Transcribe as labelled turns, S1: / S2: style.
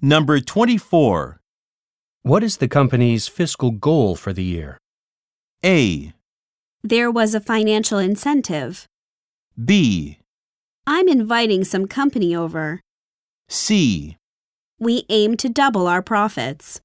S1: Number 24.
S2: What is the company's fiscal goal for the year?
S1: A.
S3: There was a financial incentive.
S1: B.
S3: I'm inviting some company over.
S1: C.
S3: We aim to double our profits.